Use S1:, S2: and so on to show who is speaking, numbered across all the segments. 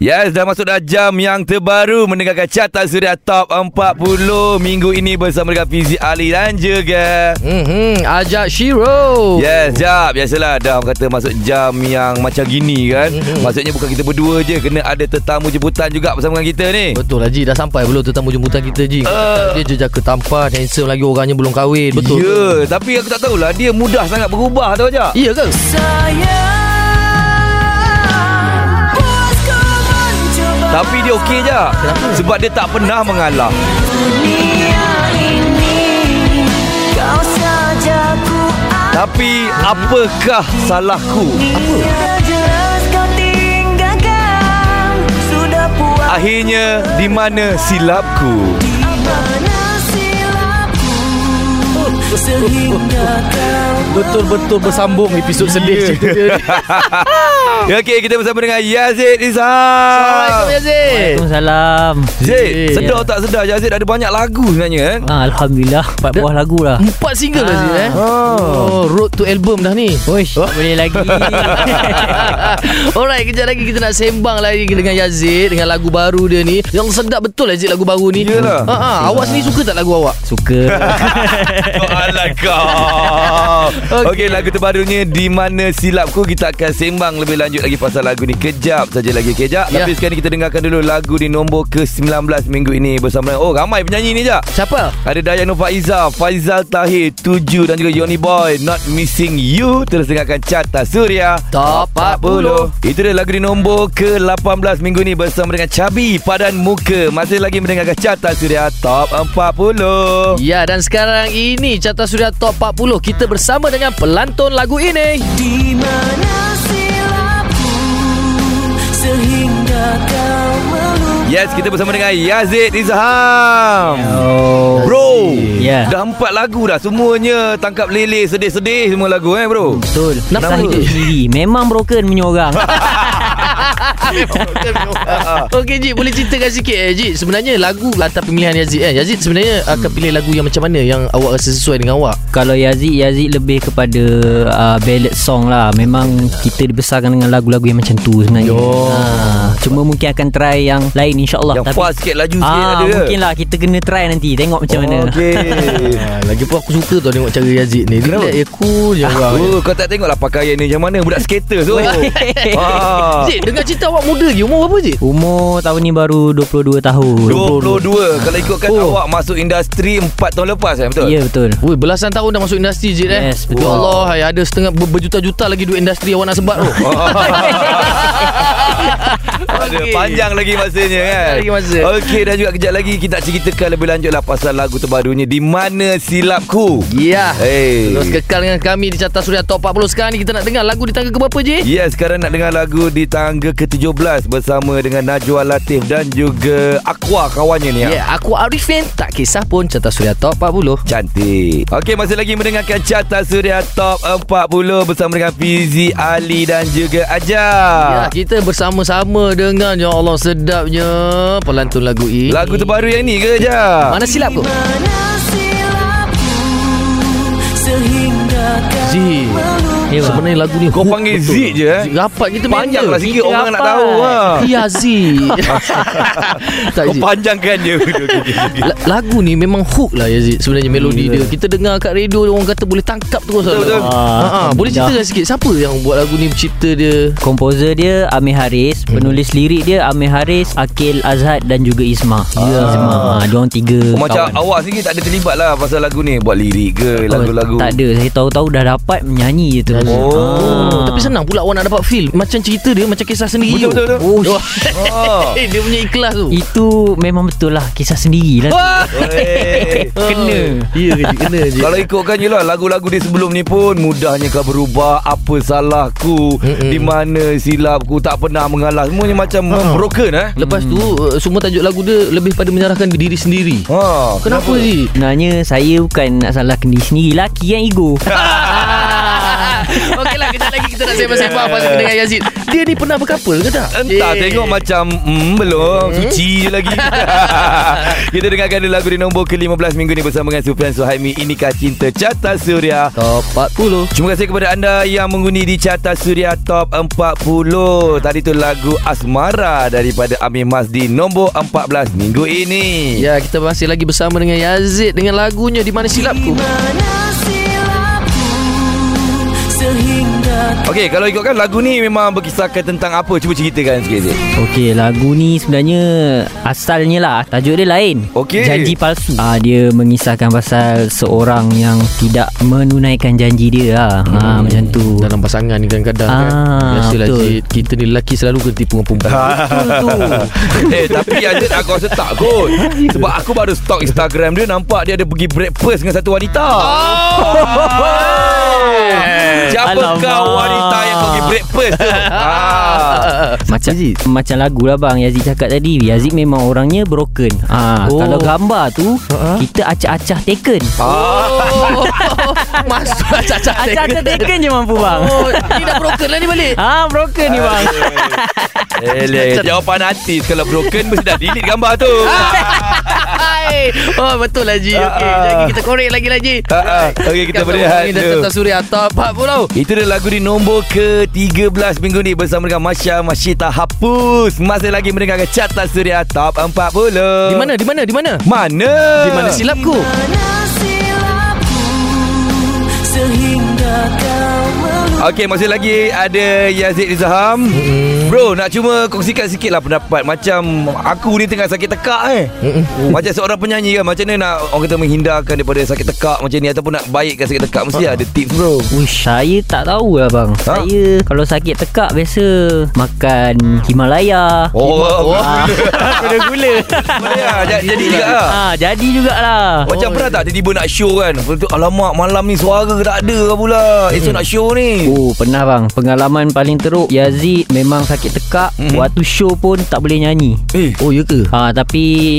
S1: Yes, dah masuk dah jam yang terbaru mendengarkan carta suria top 40 minggu ini bersama dengan Fizi Ali dan juga
S2: Hmm, ajak Shiro.
S1: Yes, jap. Biasalah dah orang kata masuk jam yang macam gini kan. Maksudnya bukan kita berdua je, kena ada tetamu jemputan juga bersama dengan kita ni.
S2: Betul lah Ji Dah sampai belum tetamu jemputan kita Ji uh. Dia je jaga tampan Handsome lagi orangnya belum kahwin Betul Ya.
S1: Ya, yeah, tapi aku tak tahulah dia mudah sangat berubah tau je.
S2: Iya ke?
S1: Tapi dia okey je. Sebab dia tak pernah mengalah. Tapi apakah salahku? Akhirnya di mana silapku?
S3: Sehingga kau
S2: Betul-betul bersambung episod sedih yeah. cerita dia ni.
S1: Ya, Okey, kita bersama dengan Yazid Izhar.
S2: Assalamualaikum Yazid
S4: Waalaikumsalam
S1: Zid,
S2: Zid.
S1: sedar tak sedar je Zid ada banyak lagu sebenarnya kan?
S4: ha, Alhamdulillah Empat buah lagu lah
S2: Empat single lah Zid
S1: Ah.
S2: eh Oh, road to album dah ni
S4: Oish oh. Boleh lagi
S2: Alright, kejap lagi kita nak sembang lagi dengan Yazid Dengan lagu baru dia ni Yang sedap betul lah Yazid lagu baru ni
S1: Yalah.
S2: ha, ha, Awak sendiri suka tak lagu awak?
S4: Suka
S1: Soalan kau Okey okay, lagu terbarunya Di mana silapku Kita akan sembang lebih lanjut lagi Pasal lagu ni Kejap saja lagi Kejap yeah.
S2: Ya.
S1: Tapi sekarang ni kita dengarkan dulu Lagu di nombor ke-19 minggu ini Bersama dengan Oh ramai penyanyi ni Jack
S2: Siapa?
S1: ada Dayano Faiza, Faizal Tahir, Tuju dan juga Yoni Boy, Not Missing You. Terus dengarkan Carta Suria
S2: Top 40.
S1: Itu dia lagu di nombor ke-18 minggu ni bersama dengan Chabi Padan Muka. Masih lagi mendengarkan Carta Suria Top 40.
S2: Ya dan sekarang ini Carta Suria Top 40 Kita bersama dengan pelantun lagu ini
S3: Di mana silapku Sehingga kau melupakan
S1: Yes, kita bersama dengan Yazid Izham.
S4: Oh
S1: Bro,
S4: Ya.
S1: dah empat lagu dah. Semuanya tangkap lele sedih-sedih semua lagu eh bro.
S4: Betul
S2: Kenapa?
S4: Kenapa? Saya hidup sendiri Memang broken punya orang
S2: Okey Jid Boleh ceritakan sikit eh Jid Sebenarnya lagu Hantar pemilihan Yazid eh Yazid sebenarnya hmm. Akan pilih lagu yang macam mana Yang awak rasa sesuai dengan awak
S4: Kalau Yazid Yazid lebih kepada uh, Ballad song lah Memang kita dibesarkan dengan lagu-lagu yang macam tu sebenarnya
S2: Yo.
S4: ha, Cuma mungkin akan try yang lain insyaAllah
S1: Yang fast sikit, laju sikit
S4: Ah,
S1: ada ke?
S4: mungkin lah kita kena try nanti Tengok macam mana
S2: Oh,
S1: Okey.
S2: ha, Lagipun aku suka tau Tengok cara Yazid ni Dia
S1: Eh. Kenapa?
S2: relax, dia cool je orang
S1: Oh, kau tak tengoklah pakaian ni macam mana budak skater tu. ah.
S2: Jid dengar cerita awak muda lagi Umur berapa Jid?
S4: Umur tahun ni baru 22 tahun
S1: 22 kalau ikutkan
S2: Oh.
S1: oh. awak masuk industri 4 tahun lepas kan betul?
S4: Ya betul
S2: Woi belasan tahun dah masuk industri Jid eh
S4: Yes, betul.
S2: Ya Allah hai, Ada setengah ber- berjuta-juta lagi duit industri awak nak sebat tu
S1: Ada
S2: Okey.
S1: panjang lagi masanya kan.
S2: lagi masa.
S1: Okey dan juga kejap lagi kita nak ceritakan lebih lanjut lah pasal lagu terbarunya di mana silapku.
S2: Ya
S1: Hey.
S2: Terus kekal dengan kami di Carta Suria Top 40 Sekarang ni kita nak dengar lagu di tangga keberapa je?
S1: Ya, sekarang nak dengar lagu di tangga ke-17 bersama dengan Najwa Latif dan juga Aqua kawannya ni.
S2: Ya,
S1: ah.
S2: yeah, aku Arifin Tak kisah pun Carta Suria Top 40
S1: Cantik Okey masih lagi mendengarkan Carta Suria Top 40 Bersama dengan Fizi, Ali dan juga
S2: Ya,
S1: Ajar
S2: kita bersama-sama dengan Ya Allah sedapnya Pelantun lagu ini
S1: Lagu terbaru yang ni ke Ajar?
S2: Mana silap
S3: Di
S2: kau?
S3: mana silapku Sehingga kau
S2: Zee.
S3: melupakan
S4: Ya,
S2: Sebenarnya lah. lagu ni
S1: Kau
S2: hook
S1: panggil
S2: betul.
S1: Zik je eh
S2: Zik rapat kita
S1: Panjanglah
S2: member.
S1: sikit orang nak
S4: rapat.
S1: tahu lah
S2: Ya Zik Tak
S1: Kau
S2: Zik
S1: panjangkan je
S2: La- Lagu ni memang hook lah Yazid
S1: Hmm,
S2: Sebenarnya melodi
S4: Gila.
S2: dia Kita dengar kat radio Orang kata boleh tangkap terus
S1: Betul, ya. betul.
S4: Ah,
S1: Ya.
S2: Ha, ha, Boleh
S4: Dah.
S2: ceritakan sikit Siapa yang buat lagu ni Cipta dia
S4: Komposer dia Amir Haris Penulis lirik dia Amir Haris Akil Azhad Dan juga Isma yeah. Isma ha, Diorang tiga
S1: Oh, Macam
S4: kawan.
S1: awak sendiri tak ada terlibat lah Pasal lagu ni Buat lirik ke Lagu-lagu
S4: Tak ada Saya tahu-tahu dah dapat Menyanyi je Ah. terus
S1: Oh.
S2: Oh, tapi senang pula awak nak dapat feel Macam cerita dia Macam kisah sendiri
S1: Betul, betul,
S2: tu. Oh,
S4: betul.
S1: Ah.
S2: Eh, dia punya ikhlas tu
S4: Ya, Itu memang betul lah Kisah sendiri lah
S2: Wah.
S1: Weh.
S4: Kena
S2: Ya ke kena je
S1: Kalau ikutkan je lah Lagu-lagu dia sebelum ni pun Mudahnya kau berubah Apa salahku Di mana silapku Tak pernah mengalah Semuanya macam
S4: Ha,
S1: Broken eh
S2: Lepas tu uh, Semua tajuk lagu dia Lebih pada menyalahkan diri sendiri
S1: Ha,
S2: Kenapa, Kenapa Zee?
S4: Sebenarnya saya bukan nak salahkan diri sendiri Laki yang ego
S2: Okeylah kejap lagi lah, kita nak sembang-sembang pasal dengan Yazid. Dia ni pernah berkapal ke tak?
S1: Entah
S2: Eh.
S1: tengok macam mm, Belum
S2: Hmm?
S1: Suci je lagi Kita dengarkan dulu lagu di nombor ke-15 minggu ni Bersama dengan Sufian Suhaimi Inikah Cinta Carta Suria
S2: Top 40.
S1: Terima kasih kepada anda yang mengundi di Carta Suria Top 40. Tadi tu lagu Asmara daripada Amir Mazdi nombor 14 minggu ini.
S2: Ya, kita masih lagi bersama dengan Yazid dengan lagunya Di Mana Silapku.
S3: Mana silapku Sehingga
S1: Okey, kalau ikutkan lagu ni memang berkisahkan tentang apa? Cuba ceritakan sikit Zid.
S4: Okey, lagu ni sebenarnya asalnya lah tajuk dia lain.
S1: Okey.
S4: Janji palsu. Ah dia mengisahkan pasal seorang yang tidak menunaikan janji dia lah. Hmm. Ah macam tu.
S2: Dalam pasangan ni kadang-kadang kan.
S4: Ah,
S2: Biasalah
S4: betul.
S2: Zid, kita ni lelaki selalu kena tipu dengan perempuan.
S4: Betul tu.
S1: eh, tapi Azid aku rasa tak kot. Sebab aku baru stalk Instagram dia nampak dia ada pergi breakfast dengan satu wanita. Oh. Siapa
S4: Alamak.
S1: kau wanita yang pergi breakfast tu? ah.
S4: macam macam lagu lah bang Yazid cakap tadi. Yazid memang orangnya broken. Ah
S2: Oh.
S4: oh. kalau gambar tu
S1: Ha,
S4: kita acah-acah taken.
S1: Ah.
S2: Oh. Masuk lah acak-acak.
S4: Acah-acah taken je mampu bang.
S2: Oh, ni dah broken lah ni balik.
S4: Ah broken ni bang.
S1: Eleh, jawapan artis kalau broken mesti dah delete gambar tu.
S2: Hai. Oh, betul lah Ji. Okey,
S1: Ah, ah.
S2: jadi kita korek lagi lah Ji.
S1: Ha, ha. Okey kita berehat dulu.
S2: Kita suri atau 40.
S1: Itu dia lagu di nombor ke-13 minggu ni bersama dengan Masya Masyita Hapus. Masih lagi mendengarkan Carta Suria Top 40.
S2: Di mana? Di mana? Di mana?
S1: Mana?
S2: Di mana silapku?
S3: Mana silapku Sehingga kau meluk
S1: Okey, masih lagi ada Yazid Izham. Bro, nak cuma kongsikan sikit lah pendapat. Macam aku ni tengah sakit tekak eh. Macam seorang penyanyi kan. Macam mana nak orang kata menghindarkan daripada sakit tekak macam ni. Ataupun nak baikkan sakit tekak. Mesti ada tips bro.
S4: Uish, saya tak tahu lah bang.
S1: Ha?
S4: Ha? Saya kalau sakit tekak biasa makan Himalaya.
S1: Oh, oh.
S4: Ah, Gula gula.
S1: boleh lah. Jadi, jadi juga lah.
S4: Ah, jadi jugalah.
S1: Macam
S2: Oh.
S1: pernah tak tiba-tiba nak show kan Lepas tu alamak malam ni suara tak ada lah pula Esok nak show ni
S4: Oh pernah bang Pengalaman paling teruk Yazid memang sakit tekak
S1: Mhm.
S4: mm-hmm. Waktu show pun tak boleh nyanyi
S1: Eh
S2: Oh, ya ke?
S4: Ha, tapi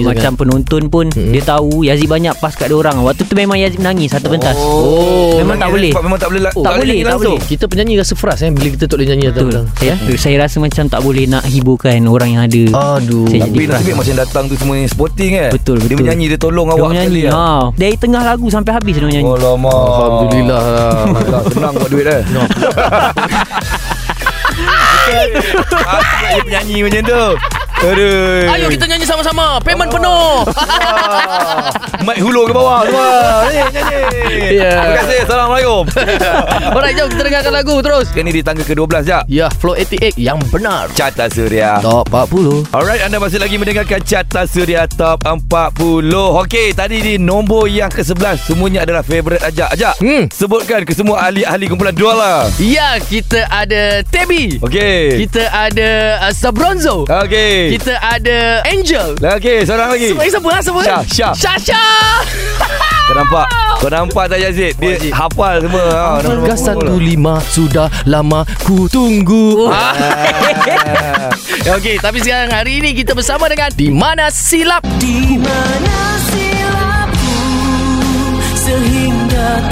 S2: Bila
S4: Bila Macam penonton pun
S2: Mhm.
S4: mm-hmm. Dia tahu Yazid banyak pas kat orang Waktu tu memang Yazid menangis Satu pentas Ah,
S1: Oh,
S4: Memang tak boleh Oh.
S1: Memang tak boleh la-
S4: Tak boleh,
S1: nyanyi
S4: tak
S1: langsung.
S4: boleh.
S2: Kita penyanyi rasa frust eh bila kita tak boleh nyanyi atau
S4: Betul
S2: orang.
S4: saya, saya rasa macam tak boleh nak hiburkan Orang yang ada
S2: Aduh.
S4: Saya
S1: Tapi
S4: Jadi
S1: nasib
S4: keras.
S1: macam datang tu semua ni sporting kan
S4: Betul,
S1: Dia
S4: betul.
S1: menyanyi dia tolong
S4: Dia
S1: awak
S4: menyanyi
S1: sekali, eh? ya? Oh,
S4: ha. Dari tengah lagu sampai habis dia menyanyi
S1: Alamak
S2: Alhamdulillah lah.
S1: Alah, senang buat duit eh no. Aku nak jadi penyanyi macam tu Aduh
S2: Ayo kita nyanyi sama-sama. Payment penuh.
S1: Ah. Mic hulur ke bawah semua Ni nyanyi
S2: Ya.
S1: Terima kasih Assalamualaikum
S2: Alright, jom kita dengarkan lagu terus.
S1: Sekarang ni di tangga ke-12 sekejap
S2: Ya, Flow 88 yang benar.
S1: Carta Suria
S2: Top 40.
S1: Alright, anda masih lagi mendengarkan Carta Suria Top 40. Okey, tadi di nombor yang ke-11 semuanya adalah favourite Ajak. Ajak, hmm.
S2: Hmm.
S1: sebutkan ke semua ahli-ahli kumpulan dua lah.
S2: Ya, kita ada Tebi.
S1: Okey.
S2: Kita ada uh, Sabronzo.
S1: Okey.
S2: Kita ada Angel.
S1: Okey, seorang lagi.
S2: Sebab siapa? Ha, siapa?
S1: Eh. Syah, Syah.
S2: Syah, Syah.
S1: Kau nampak? Kau nampak tak Yazid? Dia
S2: Wajib.
S1: hafal semua. Ha, nombor
S2: Harga satu
S1: 40.
S2: lima Sudah lama
S1: Oh.
S2: ku tunggu Ah.
S1: Ah.
S2: Okey, tapi sekarang hari ini kita bersama dengan Di Mana Silap
S3: Di mana silapku Sehingga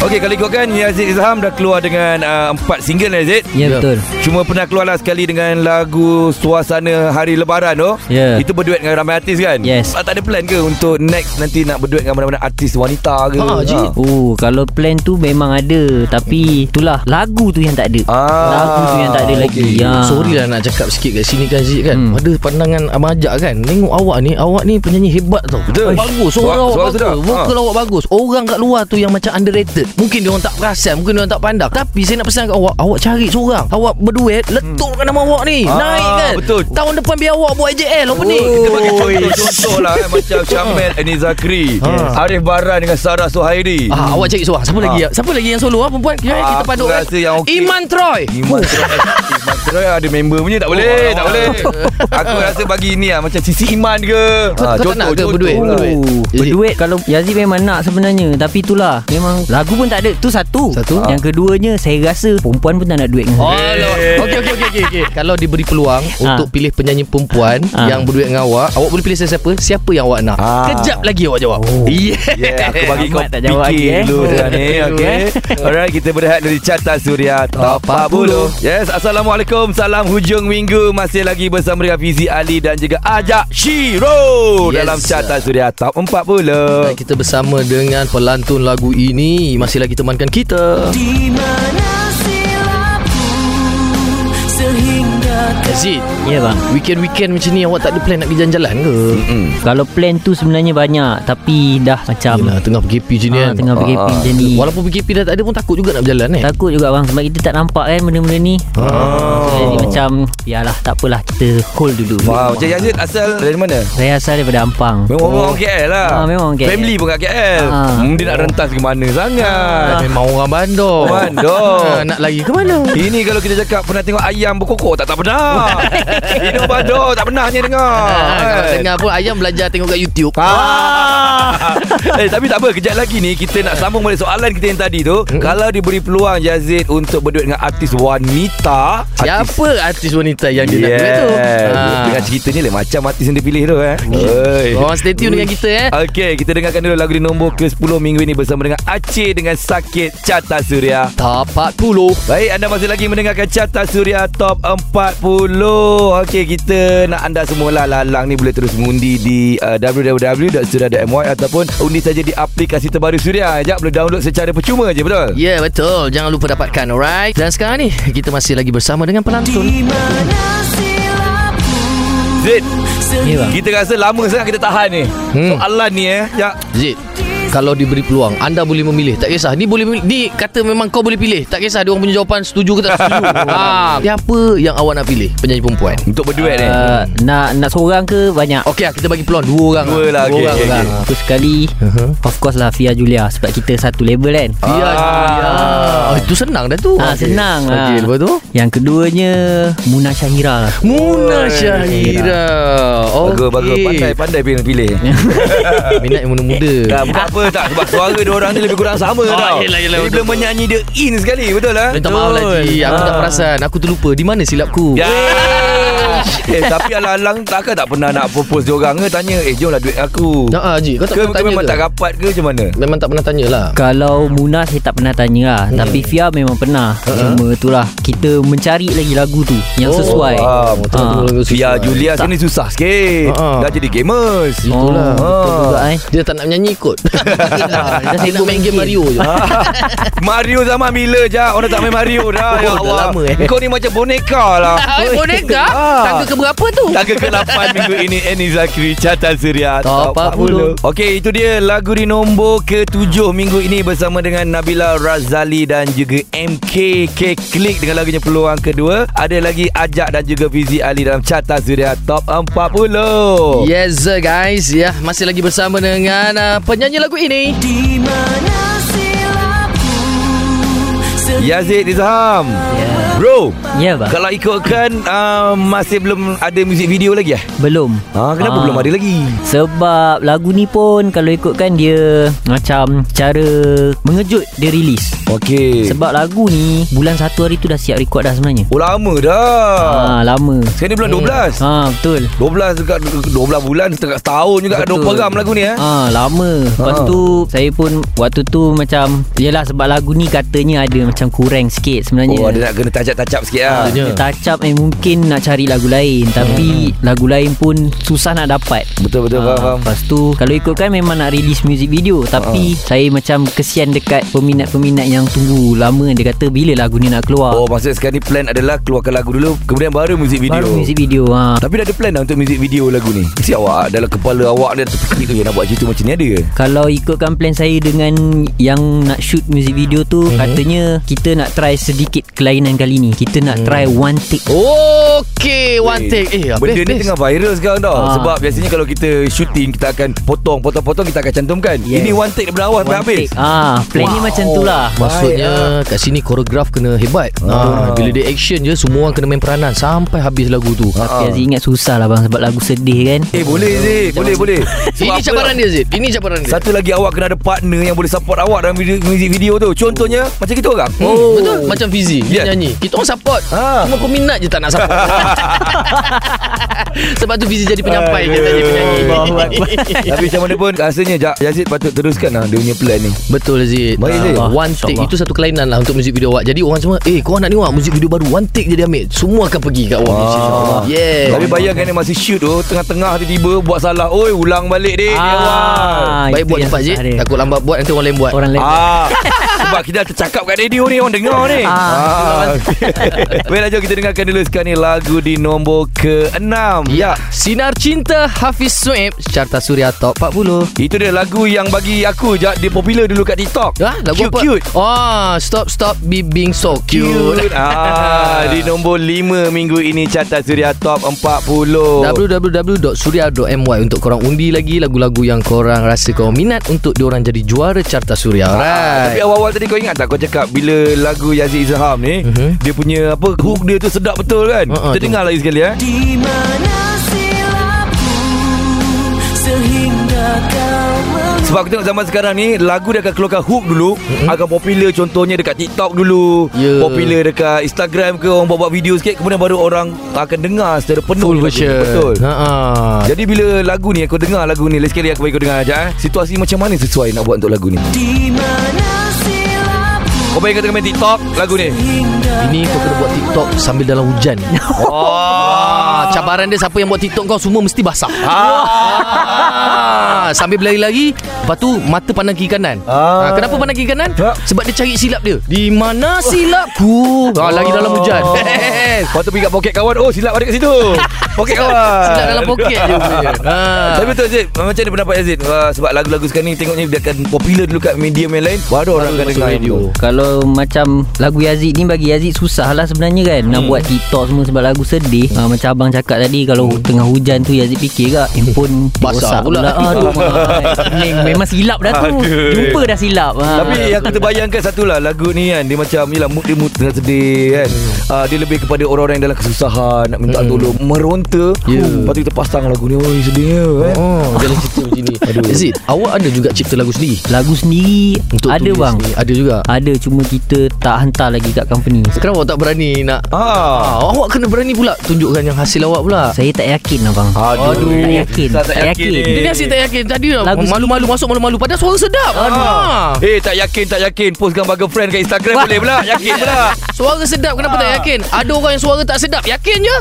S1: Okey, kalau ikutkan Yazid Izham dah keluar dengan uh, empat single Yazid.
S4: Ya betul
S1: Cuma pernah keluarlah sekali dengan lagu Suasana Hari Lebaran tu.
S4: Ya.
S1: Itu berduet dengan ramai artis kan?
S4: Yes.
S1: Ah, tak ada plan ke untuk next nanti nak berduet dengan mana-mana artis wanita ke? Ah.
S2: Ha, Ji.
S4: Oh, kalau plan tu memang ada Tapi itulah Lagu tu yang tak ada
S1: Ah,
S4: Lagu tu yang tak ada lagi
S1: okey.
S4: ya.
S2: Sorry lah nak cakap sikit kat sini kan Zik kan
S4: Hmm.
S2: Pada pandangan Abang Ajak kan Tengok awak ni Awak ni penyanyi hebat tau
S1: Betul.
S2: Bagus
S1: Suara-
S2: Suara awak
S1: suara
S2: bagus
S1: sedap. Ha.
S2: Vokal awak bagus Orang kat luar tu yang macam underrated Mungkin dia orang tak perasan Mungkin dia orang tak pandang Tapi saya nak pesan kat awak Awak cari seorang Awak berduet Letupkan nama awak ni
S1: Hmm. Ah,
S2: Naik kan
S1: betul. Oh.
S2: Tahun depan biar awak buat JL Apa ni
S1: Kita bagi contoh-contoh lah eh, Macam
S2: Ah.
S1: Syamel Ani Zakri
S2: Yes.
S1: Arif Baran dengan Sarah Suhairi
S2: Ah, awak cari seorang. Siapa lagi? Siapa lagi yang solo ah perempuan? Kita
S1: Ah,
S2: kita
S1: aku
S2: padukan.
S1: rasa yang okey.
S2: Iman Troy.
S1: Iman Troy Iman Troy ada member punya Tak boleh Tak boleh Aku rasa bagi ni lah Macam sisi Iman ke
S2: Kau- kau Ah. tak nak ke berduet?
S1: lah.
S2: Berduet.
S4: Oh,
S2: Yazid.
S4: berduet kalau Yazid memang nak sebenarnya Tapi itulah Memang Lagu pun tak ada Tu satu
S2: Satu. Oh,
S4: Yang keduanya Saya rasa Perempuan pun tak nak duit dengan saya.
S2: Alah. Okey okey okey okey okey. Kalau diberi peluang
S4: Ah.
S2: untuk pilih penyanyi perempuan
S4: Ah.
S2: yang berduet dengan awak, awak boleh pilih siapa? Siapa yang awak nak?
S1: Ah.
S2: Kejap lagi awak jawab. Ha. Oh. Yeah.
S1: Yeah, aku bagi kau
S4: Ahmad tak jawab lagi,
S1: fikir
S4: eh.
S1: dulu dah ni
S2: Dulu,
S1: okay?
S2: eh.
S1: Alright kita berehat dari Carta Suria Top
S2: Top
S1: 40 Yes Assalamualaikum Salam hujung minggu Masih lagi bersama dengan Fizi Ali Dan juga Ajak Shiro
S2: Yes,
S1: Dalam Carta
S2: sir.
S1: Suria Top
S2: Dan
S1: 40
S2: kita bersama dengan pelantun lagu ini masih lagi temankan kita.
S3: Di mana silapku Sehingga
S2: Aziz,
S4: Ya bang
S2: weekend-weekend macam ni awak tak ada plan nak pergi jalan-jalan ke?
S4: Kalau plan tu sebenarnya banyak Tapi dah macam
S2: Yelah, tengah PKP je ni
S4: ha,
S2: kan.
S4: Tengah PKP macam ni
S2: Walaupun PKP dah tak ada pun takut juga nak berjalan eh.
S4: Takut juga bang Sebab kita tak nampak kan Benda-benda ni oh. Jadi macam Biarlah tak apalah Kita hold dulu
S1: Wow Cik Yazid asal dari mana?
S4: Saya asal daripada Ampang
S1: Memang oh. orang KL lah
S4: Ah, memang orang KL.
S1: Family pun kat KL
S4: Ah.
S1: hmm, Dia nak rentas ke mana sangat
S2: Memang orang bandar.
S1: Bandar.
S2: Ah, nak lari ke mana?
S1: Ini kalau kita cakap Pernah tengok ayam berkokok Tak tak pernah Hidup bandar Tak pernah ni dengar
S2: Ah, kalau
S1: Kan?
S2: dengar pun ayam belajar tengok kat YouTube.
S1: Ah. eh, tapi tak apa Kejap lagi ni Kita nak sambung balik soalan kita yang tadi tu
S2: Hmm.
S1: mm-hmm. Kalau diberi peluang Yazid Untuk berduet dengan artis wanita
S2: Siapa artis wanita yang dia nak duet tu? Ah.
S1: Yeah. Dengan cerita ni lain macam artis yang dipilih tu eh. Oi.
S2: Korang stay tune dengan kita eh.
S1: Okey, kita dengarkan dulu lagu di nombor ke-10 minggu ini bersama dengan Aceh dengan Sakit Carta Suria.
S2: Top 40.
S1: Baik, anda masih lagi mendengarkan Carta Suria Top 40. Okey, kita nak anda semualah lalang ni boleh terus mengundi di uh, www.suria.my ataupun undi saja di aplikasi terbaru Suria. Ajak boleh download secara percuma je, betul?
S2: Ya yeah, betul Jangan lupa dapatkan Alright Dan sekarang ni Kita masih lagi bersama dengan pelantun
S3: Di mana silapku
S1: Zid,
S4: Ya bang
S1: kita rasa lama sangat kita tahan ni. Hmm. Soalan ni eh. Ya.
S2: Zid Kalau diberi peluang Anda boleh memilih Tak kisah Ni boleh memilih Ni kata memang kau boleh pilih Tak kisah dia orang punya jawapan Setuju ke tak setuju ha, Siapa yang awak nak pilih Penyanyi perempuan
S1: Untuk berduet ni.
S4: uh, Nak nak seorang ke banyak
S2: Okey lah kita bagi peluang Dua orang
S1: Dua lah, okey,
S2: Dua
S1: okey,
S2: orang
S1: okey.
S4: Aku sekali uh-huh. Of course lah Fia Julia Sebab kita satu label kan
S2: Ya, ya. Ah, Itu senang dah tu
S4: Ah, senang
S2: Okey,
S4: lah.
S2: Okey lepas tu
S4: Yang keduanya Muna Syahira lah
S2: Muna Syahira
S1: Bagus, bagus.
S2: Okey.
S1: Pandai-pandai pilih-pilih.
S2: Minat
S1: Tak,
S2: yang muda-muda
S1: bukan apa tak Sebab suara dia orang ni lebih kurang sama
S2: Oh,
S1: tau
S2: yelah, yelah,
S1: Jadi
S2: betul,
S1: bila menyanyi dia in sekali Betul lah
S2: Minta maaf lah Ji Aku tak perasan Aku terlupa Di mana silapku
S1: Ya. eh, tapi alang-alang takkan tak pernah nak propose dia orang ke tanya eh jomlah duit aku.
S2: Nak ah Ji Kau
S1: Ke,
S2: tak
S1: ke
S2: pernah tanya
S1: memang
S2: ke?
S1: tak rapat ke macam mana?
S2: Memang tak pernah tanya lah
S4: Kalau Muna saya tak pernah tanya lah hmm. Tapi Fia memang pernah uh-huh. Cuma itulah Kita mencari lagi lagu tu Yang oh, sesuai
S1: faham.
S4: Ah.
S2: lagu
S1: Fia Julia sini susah sikit.
S2: Ha-ha.
S1: Dah jadi gamers.
S2: Ha,
S1: Ha.
S2: Itulah
S4: Oh, betul juga eh
S2: Dia tak nak menyanyi kot Dia nak main game Mario je
S1: Ah. Mario zaman bila je Orang tak main Mario dah Ya
S2: Oh, dah
S1: Allah
S2: lama, eh.
S1: Kau ni macam boneka lah
S2: Hai boneka
S1: Ah.
S2: Tangga keberapa tu
S1: Tangga ke-8 minggu ini Annie Zakri Carta Suria
S2: Top 40.
S1: Okey itu dia lagu di nombor ke-7 minggu ini Bersama dengan Nabila Razali dan juga MKK Klik Dengan lagunya peluang kedua Ada lagi Ajak dan juga Fizi Ali dalam Carta Suria Top 40
S4: Ya.
S2: Yes sir, guys Ya Masih lagi bersama dengan uh, Penyanyi lagu ini
S3: Di mana silapku Sehingga
S1: Yazid Izham Bro
S4: Ya bang
S1: Kalau ikutkan uh, Masih belum ada music video lagi eh?
S4: Belum
S1: Ah, kenapa
S4: Ah.
S1: belum ada lagi?
S4: Sebab lagu ni pun Kalau ikutkan dia Macam Cara Mengejut dia release
S1: Okey.
S4: Sebab lagu ni Bulan satu hari tu dah siap record dah sebenarnya
S1: Oh lama dah.
S4: Ah lama
S1: Sekarang ni bulan 12.
S4: Ah betul
S1: 12 dekat 12 bulan setengah setahun juga ada
S4: Betul.
S1: program lagu ni eh.
S4: Ah lama Lepas
S1: Ah.
S4: tu Saya pun Waktu tu macam Yelah sebab lagu ni Katanya ada macam kurang sikit Sebenarnya
S1: Oh, ada nak kena tajap-tajap sikit lah.
S2: Adanya.
S4: Dia touch up eh, Mungkin nak cari lagu lain Tapi Lagu lain pun Susah nak dapat
S1: Betul-betul,
S4: Ah,
S1: Hmm. faham, faham.
S4: Lepas tu Kalau ikutkan memang nak release music video
S1: Ah.
S4: Tapi Saya macam kesian dekat Peminat-peminat yang tunggu Lama dia kata Bila lagu ni nak keluar
S1: Oh, maksudnya sekarang ni plan adalah keluarkan lagu dulu, kemudian baru muzik video.
S4: Baru music video ha.
S1: Tapi dah ada plan dah untuk muzik video lagu ni. Si awak dalam kepala awak ni terfikir tu nak buat cerita macam ni ada ke?
S4: Kalau ikutkan plan saya dengan yang nak shoot music video tu hmm. katanya kita nak try sedikit kelainan kali ni. Kita nak try one take.
S2: Okey, one take. Eh,
S1: Benda
S2: best,
S1: ni
S2: best.
S1: tengah viral sekarang tau
S4: Ah.
S1: Sebab biasanya kalau kita shooting Kita akan potong Potong potong kita akan cantumkan
S4: Yes.
S1: Ini one take daripada awal sampai
S4: One
S1: habis
S4: take. Ah, plan ni macam tu lah.
S2: Oh, Maksudnya kat sini koreograf kena hebat.
S1: Ah.
S2: Ha, bila dia action je semua orang kena main peranan sampai habis lagu tu.
S1: Ah.
S4: Tapi Aziz ingat susah lah bang sebab lagu sedih kan.
S1: Eh boleh Zee Boleh boleh Sebab
S2: Ini
S1: apa-
S2: cabaran dia Zid. Ini cabaran dia.
S1: Satu lagi awak kena ada partner Yang boleh support awak Dalam video, music video tu Contohnya Macam kita orang
S2: Oh. Betul Macam Fizi Dia
S1: Yes.
S2: nyanyi Kita orang support
S1: Ah.
S2: Cuma peminat je tak nak support Sebab tu Fizi jadi penyampai Dia tak jadi penyanyi
S1: Tapi macam mana pun Rasanya Ja- Yazid patut teruskan lah Dia punya plan ni
S2: Betul Zid
S1: Baik,
S2: Ah,
S1: Zid.
S2: One take
S4: InsyaAllah.
S2: Itu satu kelainan lah Untuk muzik video awak Jadi orang semua Eh korang nak ni awak Muzik video baru One take je dia ambil Semua akan pergi kat awak
S1: Ah.
S2: Yeah
S1: Tapi bayangkan dia masih shoot tu Tengah-tengah tiba-tiba Buat salah Oi ulang balik dek
S2: Ah.
S1: Dia orang
S2: Baik
S4: Ah, itu
S2: buat
S4: yang
S2: cepat Zid
S4: susah dia.
S2: Takut lambat buat Nanti orang lain buat
S4: Orang lain.
S1: Ah, sebab kita tercakap kat radio ni Orang dengar ni
S4: Ah,
S1: ah, okay. Baiklah jom kita dengarkan dulu sekarang ni Lagu di nombor ke-6
S2: Ya Sinar Cinta Hafiz Suib Carta Suria Top 40
S1: Itu dia lagu yang bagi aku Jad, Dia popular dulu kat TikTok
S2: Ah, lagu
S1: cute,
S2: apa?
S1: Cute
S2: Oh, stop stop be being so cute.
S1: Cute ah, Di nombor 5 minggu ini Carta Suria Top 40
S2: www.suria.my untuk korang undi lagi lagu-lagu yang korang rasa korang minat untuk diorang jadi juara carta suria.
S1: Ah, Tapi
S2: Alright.
S1: awal-awal tadi kau ingat tak Kau cakap bila lagu Yazid Izham ni
S2: Mhm.
S1: Dia punya apa Hook dia tu sedap betul kan
S2: Ha, ha,
S1: Kita
S2: tu.
S1: dengar lagi sekali eh
S3: Di mana silapku sehingga kau mengulang
S1: Sebab aku tengok zaman sekarang ni Lagu dia akan keluarkan hook dulu mm-hmm. Akan popular contohnya dekat TikTok dulu
S2: Mhm. Ya.
S1: Popular dekat Instagram ke Orang buat-buat video sikit Kemudian baru orang akan dengar secara penuh
S2: Full
S1: lagu.
S2: version.
S1: Betul
S2: Ha ah.
S1: Jadi bila lagu ni Aku dengar lagu ni Lagi sekali aku bagi kau dengar sekejap eh Situasi macam mana sesuai nak buat untuk lagu ni
S3: Di mana silapku
S1: Kau bayangkan tengah main TikTok Lagu ni
S3: hingga
S2: Ini kau kena buat TikTok sambil dalam hujan.
S1: Oh
S2: Ah, cabaran dia siapa yang buat TikTok kau semua mesti basah. Ah, sambil berlari-lari, lepas tu mata pandang kiri kanan.
S1: Ah.
S2: Ah, kenapa pandang kiri kanan?
S1: Tak.
S2: Sebab dia cari silap dia. Di mana silapku? Ah, lagi dalam hujan.
S1: Lepas tu pergi kat poket kawan Oh silap ada kat situ Poket kawan
S2: Silap dalam poket je punya. Ah.
S1: Tapi betul Zid Macam mana pendapat Zid uh, Sebab lagu-lagu sekarang ni Tengoknya dia akan popular dulu kat medium yang lain Baru orang akan
S2: masuk
S1: dengar yang
S2: radio.
S1: tu
S4: Kalau macam lagu Yazid ni bagi Yazid susah lah sebenarnya kan Nak
S1: Hmm.
S4: buat TikTok semua sebab lagu sedih ha, Macam abang cakap tadi Kalau
S1: Hmm.
S4: tengah hujan tu Yazid fikir kak Handphone
S2: Basah
S4: rosak
S2: pula.
S4: Aduh, Pening. Memang silap dah tu
S1: Aduh.
S4: Jumpa dah silap ha.
S1: Tapi
S2: Ah.
S1: yang aku terbayangkan satu lah Lagu ni kan Dia macam Yelah mood dia mood tengah sedih kan
S2: Hmm.
S1: uh, Dia lebih kepada orang-orang yang dalam kesusahan Nak minta tolong Meronta
S2: Ya.
S1: yeah. Lepas tu kita pasang lagu ni Oi sedihnya kan
S2: Oh, jalan cerita macam ni. Aduh. Zid, awak ada juga cipta lagu sendiri?
S4: Lagu sendiri
S2: Untuk
S4: Ada
S2: tulis
S4: bang
S2: ni. Ada juga.
S4: Ada cuma kita tak hantar lagi kat company
S2: Kenapa awak tak berani nak
S1: Ah.
S2: Ah, awak kena berani pula tunjukkan yang hasil awak pula.
S4: Saya tak yakin lah bang
S1: Aduh,
S4: Tak yakin
S1: Ustaz tak yakin ni.
S2: Dia ni asyik tak yakin Tadi dah
S4: Lagu
S2: malu-malu masuk malu-malu Padahal suara sedap
S1: Ah.
S2: ah.
S1: Eh tak yakin tak yakin Post gambar girlfriend kat Instagram Boleh pula Yakin pula
S2: Suara sedap kenapa tak yakin Ada orang yang suara tak sedap Yakin je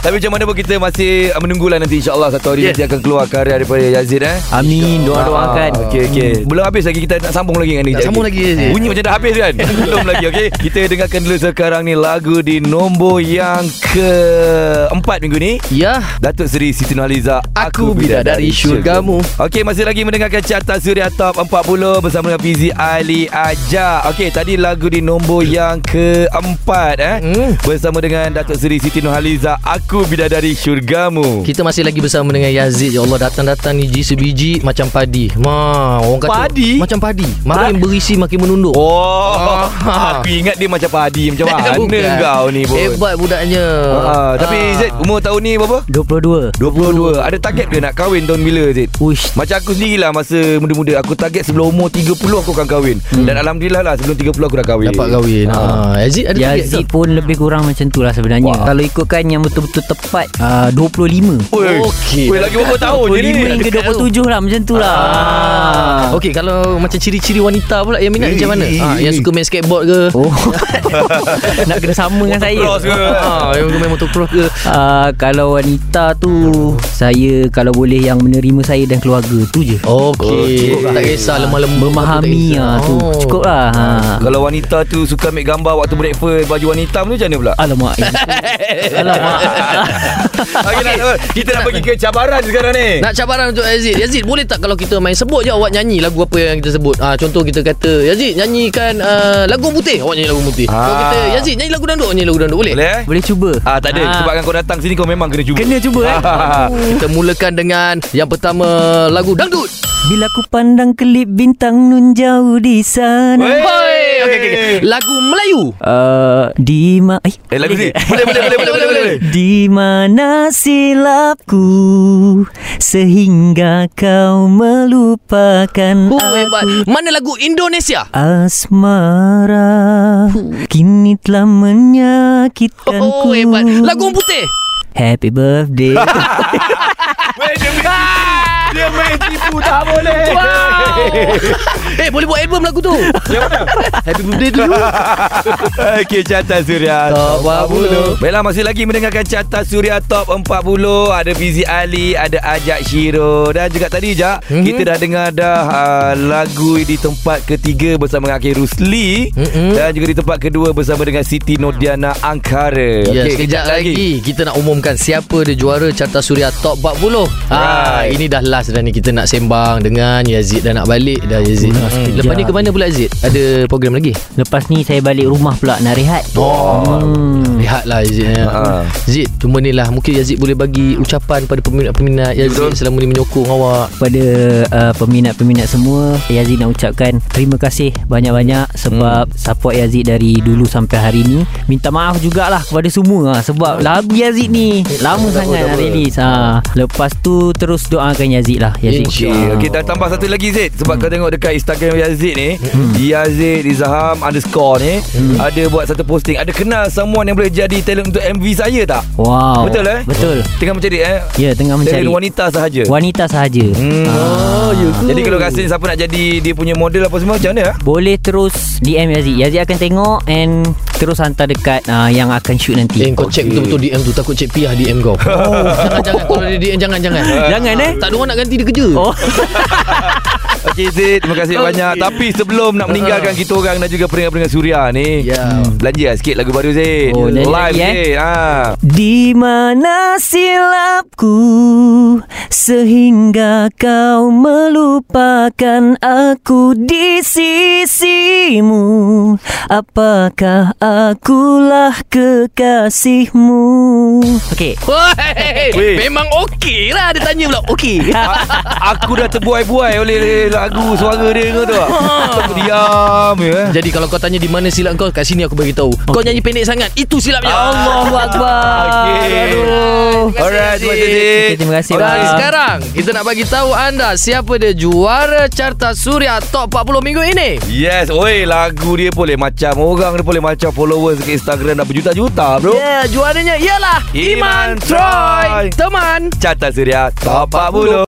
S1: Tapi macam mana pun kita masih menunggulah nanti InsyaAllah satu hari
S2: Yes.
S1: nanti akan keluar karya daripada Yazid eh
S4: Amin Doa-doakan Hmm,
S1: Ah, Okey okey. Belum habis lagi kita nak sambung lagi dengan ni.
S2: Nak
S1: Jap
S2: sambung
S1: lagi.
S2: lagi, Zee.
S1: Bunyi macam dah habis kan. Belum lagi okey. Kita dengarkan dulu sekarang ni lagu di nombor yang ke-4 minggu ni.
S2: Ya
S1: Datuk Seri Siti Nurhaliza
S2: Aku Bidadari Syurgamu.
S1: Okey masih lagi mendengarkan Carta Suria Top 40 Bersama dengan Fizi Ali Aja Okey tadi lagu di nombor yang keempat eh
S2: Hmm.
S1: Bersama dengan Datuk Seri Siti Nurhaliza Aku Bidadari Syurgamu
S2: kita masih lagi bersama dengan Yazid Ya Allah datang-datang ni Ji sebiji Macam padi Ma Orang kata
S1: Padi?
S2: Macam padi Makin berisi makin menunduk
S1: Oh,
S2: Ah.
S1: aku ingat dia macam padi Macam mana
S2: Bukan.
S1: kau ni pun
S2: Hebat budaknya
S1: Ah, tapi
S2: Ah.
S1: Zid umur tahun ni berapa?
S4: 22
S1: 22. Ada target ke nak kahwin tahun bila Zid?
S4: Uish
S1: Macam aku sendirilah masa muda-muda Aku target sebelum umur 30 aku akan kahwin hmm. Dan Alhamdulillah lah sebelum 30 aku dah kahwin
S2: Dapat kahwin
S1: Ah.
S2: ha. Yazid ada target
S4: Yazid
S2: ke?
S4: pun lebih kurang macam tu lah sebenarnya
S1: Wah.
S4: Kalau ikutkan yang betul-betul tepat uh, 25
S1: Oi,
S2: Okey.
S1: Oi, lah. lagi berapa tahun je ni
S4: 25 hingga 27 lah macam tu lah Oh.
S2: Ah. Okey kalau macam ciri-ciri wanita pula yang minat
S1: Eh,
S2: macam mana?
S1: eh,
S2: Ah,
S1: eh.
S2: yang suka main skateboard ke?
S4: Oh Nak kena sama dengan kan saya
S1: Cross ke
S2: Ah, yang suka main motocross ke?
S4: Ah, Kalau wanita tu Saya kalau boleh yang menerima saya dan keluarga tu je
S1: Oh,
S2: Okey.
S1: lah.
S2: Tak Oh. kisah lemah lembut
S4: Memahami
S1: ah,
S4: lah tu
S1: Oh.
S4: Cukup lah ha.
S1: Kalau wanita tu suka ambil gambar Waktu breakfast Baju wanita tu macam mana pula?
S4: Alamak eh, Alamak
S1: Okay, nak, kita nak pergi ke cabaran sekarang ni.
S2: Nak cabaran untuk Yazid Yazid boleh tak kalau kita main Sebut je awak nyanyi lagu apa yang kita sebut ha, Contoh kita kata Yazid nyanyikan uh, lagu putih Awak nyanyi lagu putih ha. Kalau
S1: Ah.
S2: kita Yazid nyanyi lagu danduk awak Nyanyi lagu danduk boleh?
S1: Boleh eh?
S4: Boleh cuba
S1: Ah tak ada
S4: Ah.
S1: sebabkan kau datang sini kau memang kena cuba.
S4: Kena cuba eh
S2: Kita mulakan dengan Yang pertama lagu dangdut
S4: Bila ku pandang kelip bintang nun jauh di sana
S1: Wey.
S2: Hoi okay, okay, okay. Lagu Melayu
S4: uh, Di ma eh,
S1: Eh lagu ni.
S4: boleh ke?
S1: Boleh boleh boleh boleh boleh. boleh.
S4: Di mana silapku Sehingga kau melupakan
S2: Oh
S4: aku
S2: hebat Mana lagu Indonesia?
S4: Asmara Kini telah menyakitkanku
S2: Oh hebat Lagu orang putih
S4: Happy birthday
S1: Wey, dia main tipu. Dia main tipu tak boleh.
S2: Eh boleh buat album lagu tu
S1: Yang mana?
S2: Happy birthday dulu
S1: Okey, Carta Suria
S2: Top 40.
S1: Baiklah, masih lagi mendengarkan Carta Suria Top 40 Ada Fizi Ali, ada Ajak Shiro Dan juga tadi, Jak mm-hmm. Kita dah dengar dah uh, lagu di tempat ketiga bersama dengan Akhil Rusli mm-hmm. Dan juga di tempat kedua bersama dengan Siti Nordiana Angkara
S2: Ya,
S1: Okey,
S2: okay, sekejap lagi. lagi kita nak umumkan siapa dia juara Carta Suria Top 40. Ah,
S1: Right.
S2: ini dah last dah ni kita nak sembang dengan Yazid dah nak balik dah Yazid. Hmm. Lepas ni ke mana pula Yazid? Ada program lagi?
S4: Lepas ni saya balik rumah pula nak rehat
S1: Oh.
S4: hmm.
S2: Lihatlah Yazid.
S1: Ah.
S2: Ha. Yazid, cuma ni lah mungkin Yazid boleh bagi ucapan pada peminat-peminat Yazid
S1: Betul.
S2: selama ni menyokong awak.
S4: Kepada uh, peminat-peminat semua Yazid nak ucapkan Terima kasih banyak-banyak Sebab hmm. support Yazid dari dulu sampai hari ni Minta maaf jugalah kepada semua ha, Sebab lagu Yazid ni Lama sangat nak release ha. Lepas tu terus doakan Yazid lah Yazid
S1: Okey, okay, dah tambah satu lagi Zid Sebab hmm. kau tengok dekat Instagram Yazid ni hmm. Yazid Rizaham underscore ni hmm. Ada buat satu posting Ada kenal someone yang boleh jadi talent untuk MV saya tak?
S4: Wow
S1: Betul eh?
S4: Oh. Betul
S1: Tengah mencari eh?
S4: Ya tengah mencari
S1: Talent wanita sahaja
S4: Wanita Ah, sahaja
S1: Hmm.
S2: Oh, ya ke?
S1: Jadi kalau rasa siapa nak jadi dia punya model apa semua macam mana? ah?
S4: Boleh terus DM Yazid Yazid akan tengok And terus hantar dekat uh, Yang akan shoot nanti
S2: Eh kau check betul-betul DM tu Takut check piah DM kau Jangan-jangan Kalau dia DM jangan-jangan
S4: Jangan, eh?
S2: Tak ada orang nak ganti dia kerja
S4: Oh
S1: Okey Ah. Zid, terima kasih banyak. Tapi sebelum nak meninggalkan kita orang dan juga peringkat-peringkat Suria ni,
S2: Ya.
S1: belanja lah sikit lagu baru Zid.
S4: Oh, nyanyi
S1: Live Zid. Ha.
S4: lagi, eh? Di mana silapku Sehingga kau melupakan aku di sisimu Apakah akulah kekasihmu Okay
S2: Woi,
S1: Weh.
S2: memang okey lah dia tanya pula. Okey.
S1: A- aku dah terbuai-buai oleh lagu suara dia kau tu. ah? Aku diam je. Eh.
S2: Jadi kalau kau tanya di mana silap kau, kat sini aku bagi tahu. Kau nyanyi pendek sangat, itu silapnya.
S1: Allahu Akbar. Okey. Alright, terima kasih Zid.
S4: Okay, terima kasih
S2: Okey,
S4: bang.
S2: sekarang kita nak bagi tahu anda siapa dia juara Carta Suria Top 40 minggu ini.
S1: Yes, oi lagu dia boleh macam orang dia boleh macam followers kat Instagram dah berjuta-juta bro.
S2: Ya, yeah, juaranya ialah Iman,
S1: Iman
S2: Troy,
S1: Troy.
S2: teman
S1: Carta Suria Top 40